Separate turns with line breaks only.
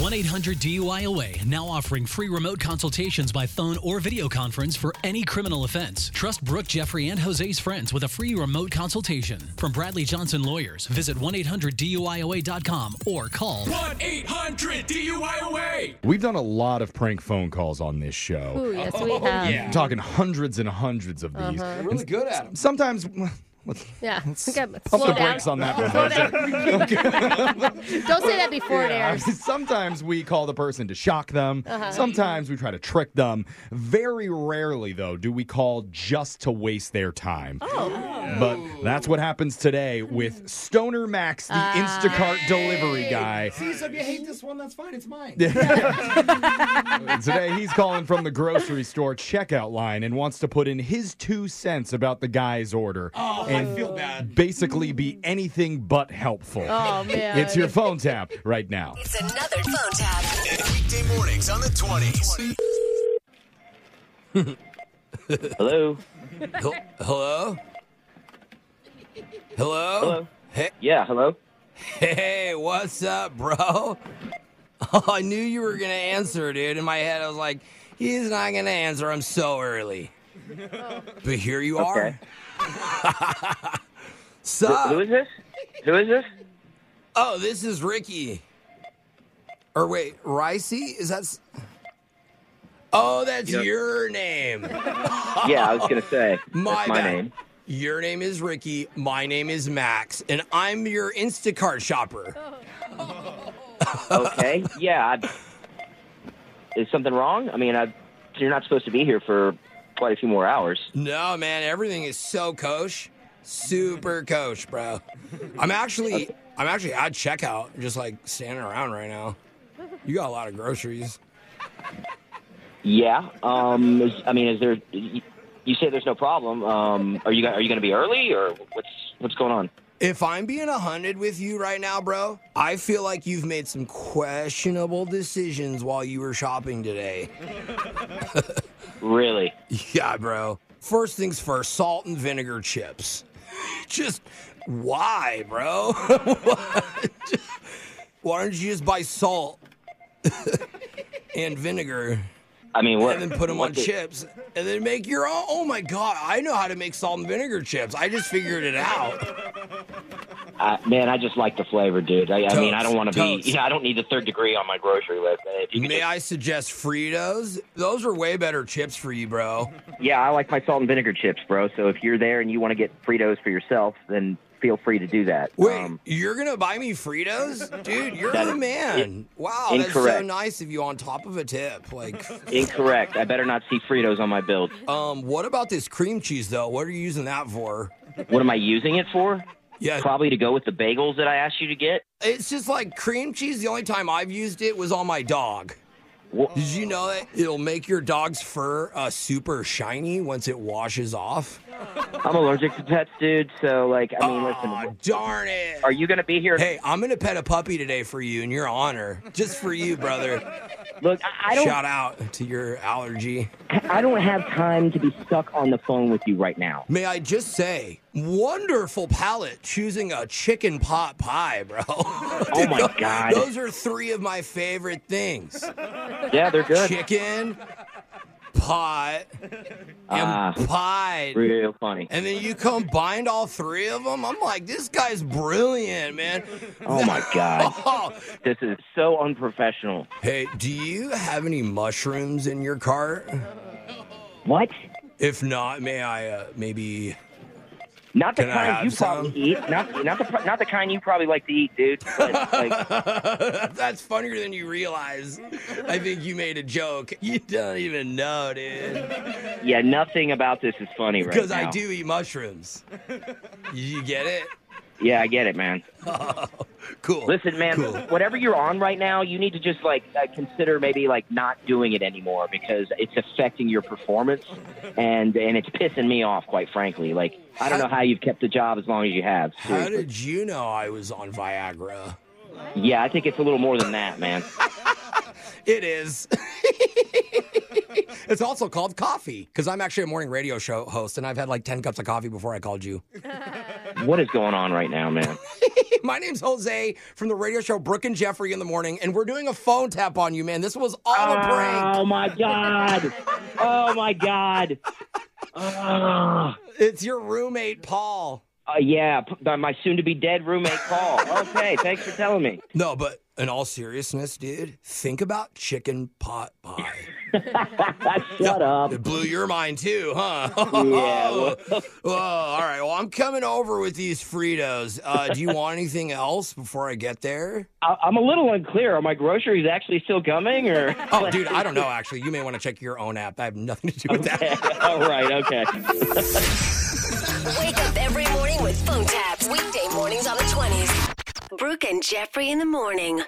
1 800 DUIOA now offering free remote consultations by phone or video conference for any criminal offense. Trust Brooke, Jeffrey, and Jose's friends with a free remote consultation. From Bradley Johnson Lawyers, visit 1 800 DUIOA.com or call
1 800 DUIOA.
We've done a lot of prank phone calls on this show.
Ooh, yes, we
Oh,
have.
I'm talking hundreds and hundreds of these.
Uh-huh.
Really good at them.
Sometimes let's
Yeah. Okay,
pump
slow
the
down.
brakes on that one.
Don't say that before it
Yeah.
airs. Uh-huh.
Sometimes we call the person to shock them. Sometimes we try to trick them. Very rarely, though, do we call just to waste their time. Oh. But that's what happens today with Stoner Max, the
Ah.
Instacart delivery guy.
See, so if you hate this one, that's fine. It's mine.
Today, he's calling from the grocery store checkout line and wants to put in his two cents about the guy's order
Oh, I feel bad.
basically be anything but helpful.
Oh man.
It's your phone tap right now.
It's another phone tap.
Weekday mornings on the 20s.
Hello.
Hel- Hello? Hello?
Hello.
Hey,
Yeah. Hello.
hey, what's up, bro? Oh, I knew you were going to answer, dude. In my head, I was like, he's not going to answer. I'm so early. But here you are.
Okay. Who
Sup?
is this? Who is this?
Oh, this is Ricky. Or wait, Ricey? Is that. s- Oh, that's
Yeah.
your name.
Yeah, I was gonna say
My,
that's my
bad.
name.
Your name is Ricky. My name is Max, and I'm your Instacart shopper.
Okay. Yeah. I, is something wrong? I mean, I, you're not supposed to be here for quite a few more hours.
No, man, everything is so kosh, super kosh, bro. I'm actually, I'm actually at checkout, just like standing around right now. You got a lot of groceries.
Yeah. Um. Is, I mean, is there? You, you say there's no problem. Um. Are you go- are you gonna be early or what's what's going on?
If I'm being a hundred with you right now, bro, I feel like you've made some questionable decisions while you were shopping today.
Really?
Yeah, bro. First things first, salt and vinegar chips. Just why, bro? What? why don't you just buy salt and vinegar
I mean, what?
and then put them
what
on
the-
chips and then make your own? Oh my god, I know how to make salt and vinegar chips. I just figured it out.
I, man, I just like the flavor, dude. I, I mean, I don't want to be.
Totes.
You know, I don't need the third degree on my grocery list. man. If you could
May I suggest Fritos? Those are way better chips for you, bro.
Yeah, I like my salt and vinegar chips, bro. So if you're there and you want to get Fritos for yourself, then feel free to do that. Um,
Wait, you're gonna buy me Fritos, dude? You're the man. Wow, that's so
incorrect.
nice of you. On top of a tip, like,
incorrect. I better not see Fritos on my bill.
um, what about this cream cheese though? What are you using that for?
What am I using it for?
Yeah,
Probably to go with the bagels that I asked you to get.
it's just like cream cheese. The only time I've used it was on my dog.
Wha-
Did you know that it'll make your dog's fur uh, super shiny once it washes off?
I'm allergic to pets, dude. So like, I mean,
Aw,
listen.
darn it!
Are you gonna be here?
Oh, Hey, I'm gonna pet a puppy today for you in your honor, just for you, brother.
Look, I I don't.
Shout out to your allergy.
I don't have time to be stuck on the phone with you right now.
May I just say, wonderful palate choosing a chicken pot pie, bro. Oh
my God.
Those are three of my favorite things
Yeah, they're good.
chicken, pot,
Ah.
and pie.
Real funny.
And then you combined all three of them. I'm like, this guy's brilliant, man.
Oh my god,
Oh.
this is so unprofessional.
Hey, do you have any mushrooms in your cart?
What?
If not, may I uh, maybe.
Not the
Can I have
kind you
some?
probably eat. Not not the not the kind you probably like to eat, dude. But, like,
That's funnier than you realize. I think you made a joke. You don't even know, dude.
yeah, nothing about this is funny right now.
Because I do eat mushrooms. you get it?
Yeah, I get it, man.
Cool.
Listen, man,
Cool.
whatever you're on right now, you need to just like uh, consider maybe like not doing it anymore because it's affecting your performance and and it's pissing me off, quite frankly. Like I don't know how you've kept the job as long as you have.
How
seriously.
did you know I was on Viagra?
yeah, I think it's a little more than that, man.
It is. It's also called coffee because I'm actually a morning radio show host, and I've had like ten cups of coffee before I called you.
What is going on right now, man?
My name's Jose from the radio show Brooke and Jeffrey in the morning, and we're doing a phone tap on you, man. This was all a prank.
Oh my god! Oh my god! Ah.
It's your roommate Paul.
Uh, yeah, p- my soon-to-be dead roommate Paul. Okay, thanks for telling me.
No, but in all seriousness, dude, think about chicken pot pie.
Shut up.
It blew your mind too, huh?
Yeah,
Whoa, all right. Well, I'm coming over with these Fritos. Uh, do you want anything else before I get there?
I- I'm a little unclear. Are my groceries actually still coming, or?
Oh, dude, I don't know. Actually, you may want to check your own app. I have nothing to do with that.
All right. Okay.
Wake up every morning with phone taps. Weekday mornings on the 20s. Brooke and Jeffrey in the morning.